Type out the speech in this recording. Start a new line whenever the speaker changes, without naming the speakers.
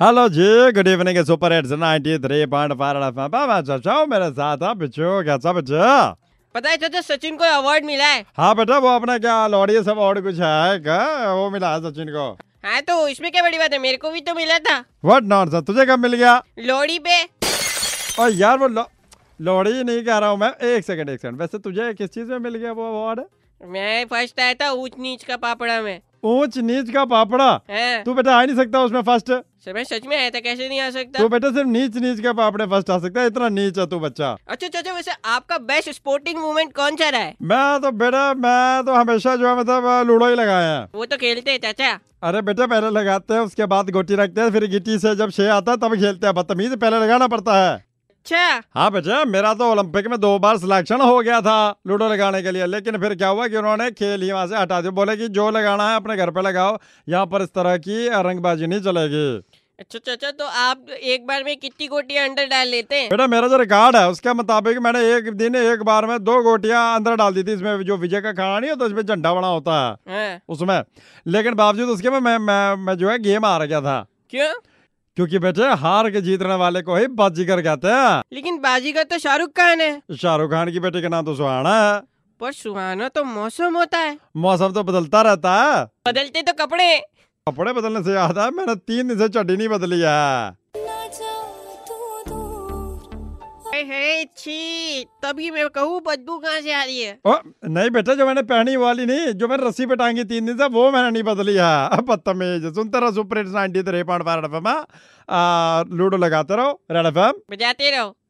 Hello जी good evening super hits 93.5 FM बाबा चाचा मेरे साथ आप बिच्छू कैसा बच्चा
पता है चाचा सचिन को अवार्ड मिला है
हाँ बेटा वो अपना क्या लॉरी सब और कुछ है क्या वो मिला है सचिन को
हाँ तो इसमें क्या बड़ी बात है मेरे को भी तो मिला था
व्हाट नॉनसेंस तुझे कब मिल गया
लोहड़ी पे
और यार वो लो- लॉरी नहीं कह रहा हूँ मैं एक सेकंड एक सेकंड वैसे तुझे किस चीज में मिल गया वो अवार्ड
मैं फर्स्ट आया था ऊंच नीच का पापड़ा में
ऊंच नीच का पापड़ा
हैं?
तू बेटा आ ही नहीं सकता उसमें फर्स्ट
सर मैं सच में आया था कैसे नहीं आ सकता
तू बेटा सिर्फ नीच नीच का पापड़े फर्स्ट आ सकता है इतना नीच है तू बच्चा
अच्छा चाचा वैसे आपका बेस्ट स्पोर्टिंग मूवमेंट कौन सा रहा है
मैं तो बेटा मैं तो हमेशा जो है मतलब लूडो ही लगाया है
वो तो खेलते हैं चाचा
अरे बेटा पहले लगाते हैं उसके बाद गोटी रखते हैं फिर गिट्टी से जब छे आता है तब खेलते हैं बदतमीज पहले लगाना पड़ता है
अच्छा
हाँ बेटा मेरा तो ओलंपिक में दो बार सिलेक्शन हो गया था लूडो लगाने के लिए लेकिन फिर क्या हुआ कि उन्होंने खेल ही वहाँ से हटा दिया बोले कि जो लगाना है अपने घर पे लगाओ यहाँ पर इस तरह की रंगबाजी नहीं चलेगी
अच्छा चाचा तो आप एक बार में कितनी गोटियां अंडर डाल लेते हैं
बेटा मेरा जो रिकॉर्ड है उसके मुताबिक मैंने एक दिन एक बार में दो गोटियां अंदर डाल दी थी इसमें जो विजय का खाना नहीं होता उसमें झंडा बना होता है
हाँ,
उसमें लेकिन बावजूद उसके मैं मैं मैं, मैं जो है गेम हार गया था
क्यों
क्योंकि बेटे हार के जीतने वाले को ही बाजीगर कहते हैं
लेकिन बाजीगर तो शाहरुख खान है
शाहरुख खान की बेटी का नाम तो सुहाना है
पर सुहाना तो मौसम होता है
मौसम तो बदलता रहता है
बदलते तो कपड़े हैं।
कपड़े बदलने से याद है मैंने तीन दिन से चड्डी नहीं बदली है
अरे हे छी तभी मैं कहूँ बदबू कहाँ से आ रही है
ओ, नहीं बेटा जो मैंने पहनी वाली नहीं जो मैंने रस्सी पे टांगी तीन दिन से वो मैंने नहीं बदली है अब बदतमीज सुनते रहो super hits 93.5 red FM ludo लगाते रहो रेड एफएम
बजाते रहो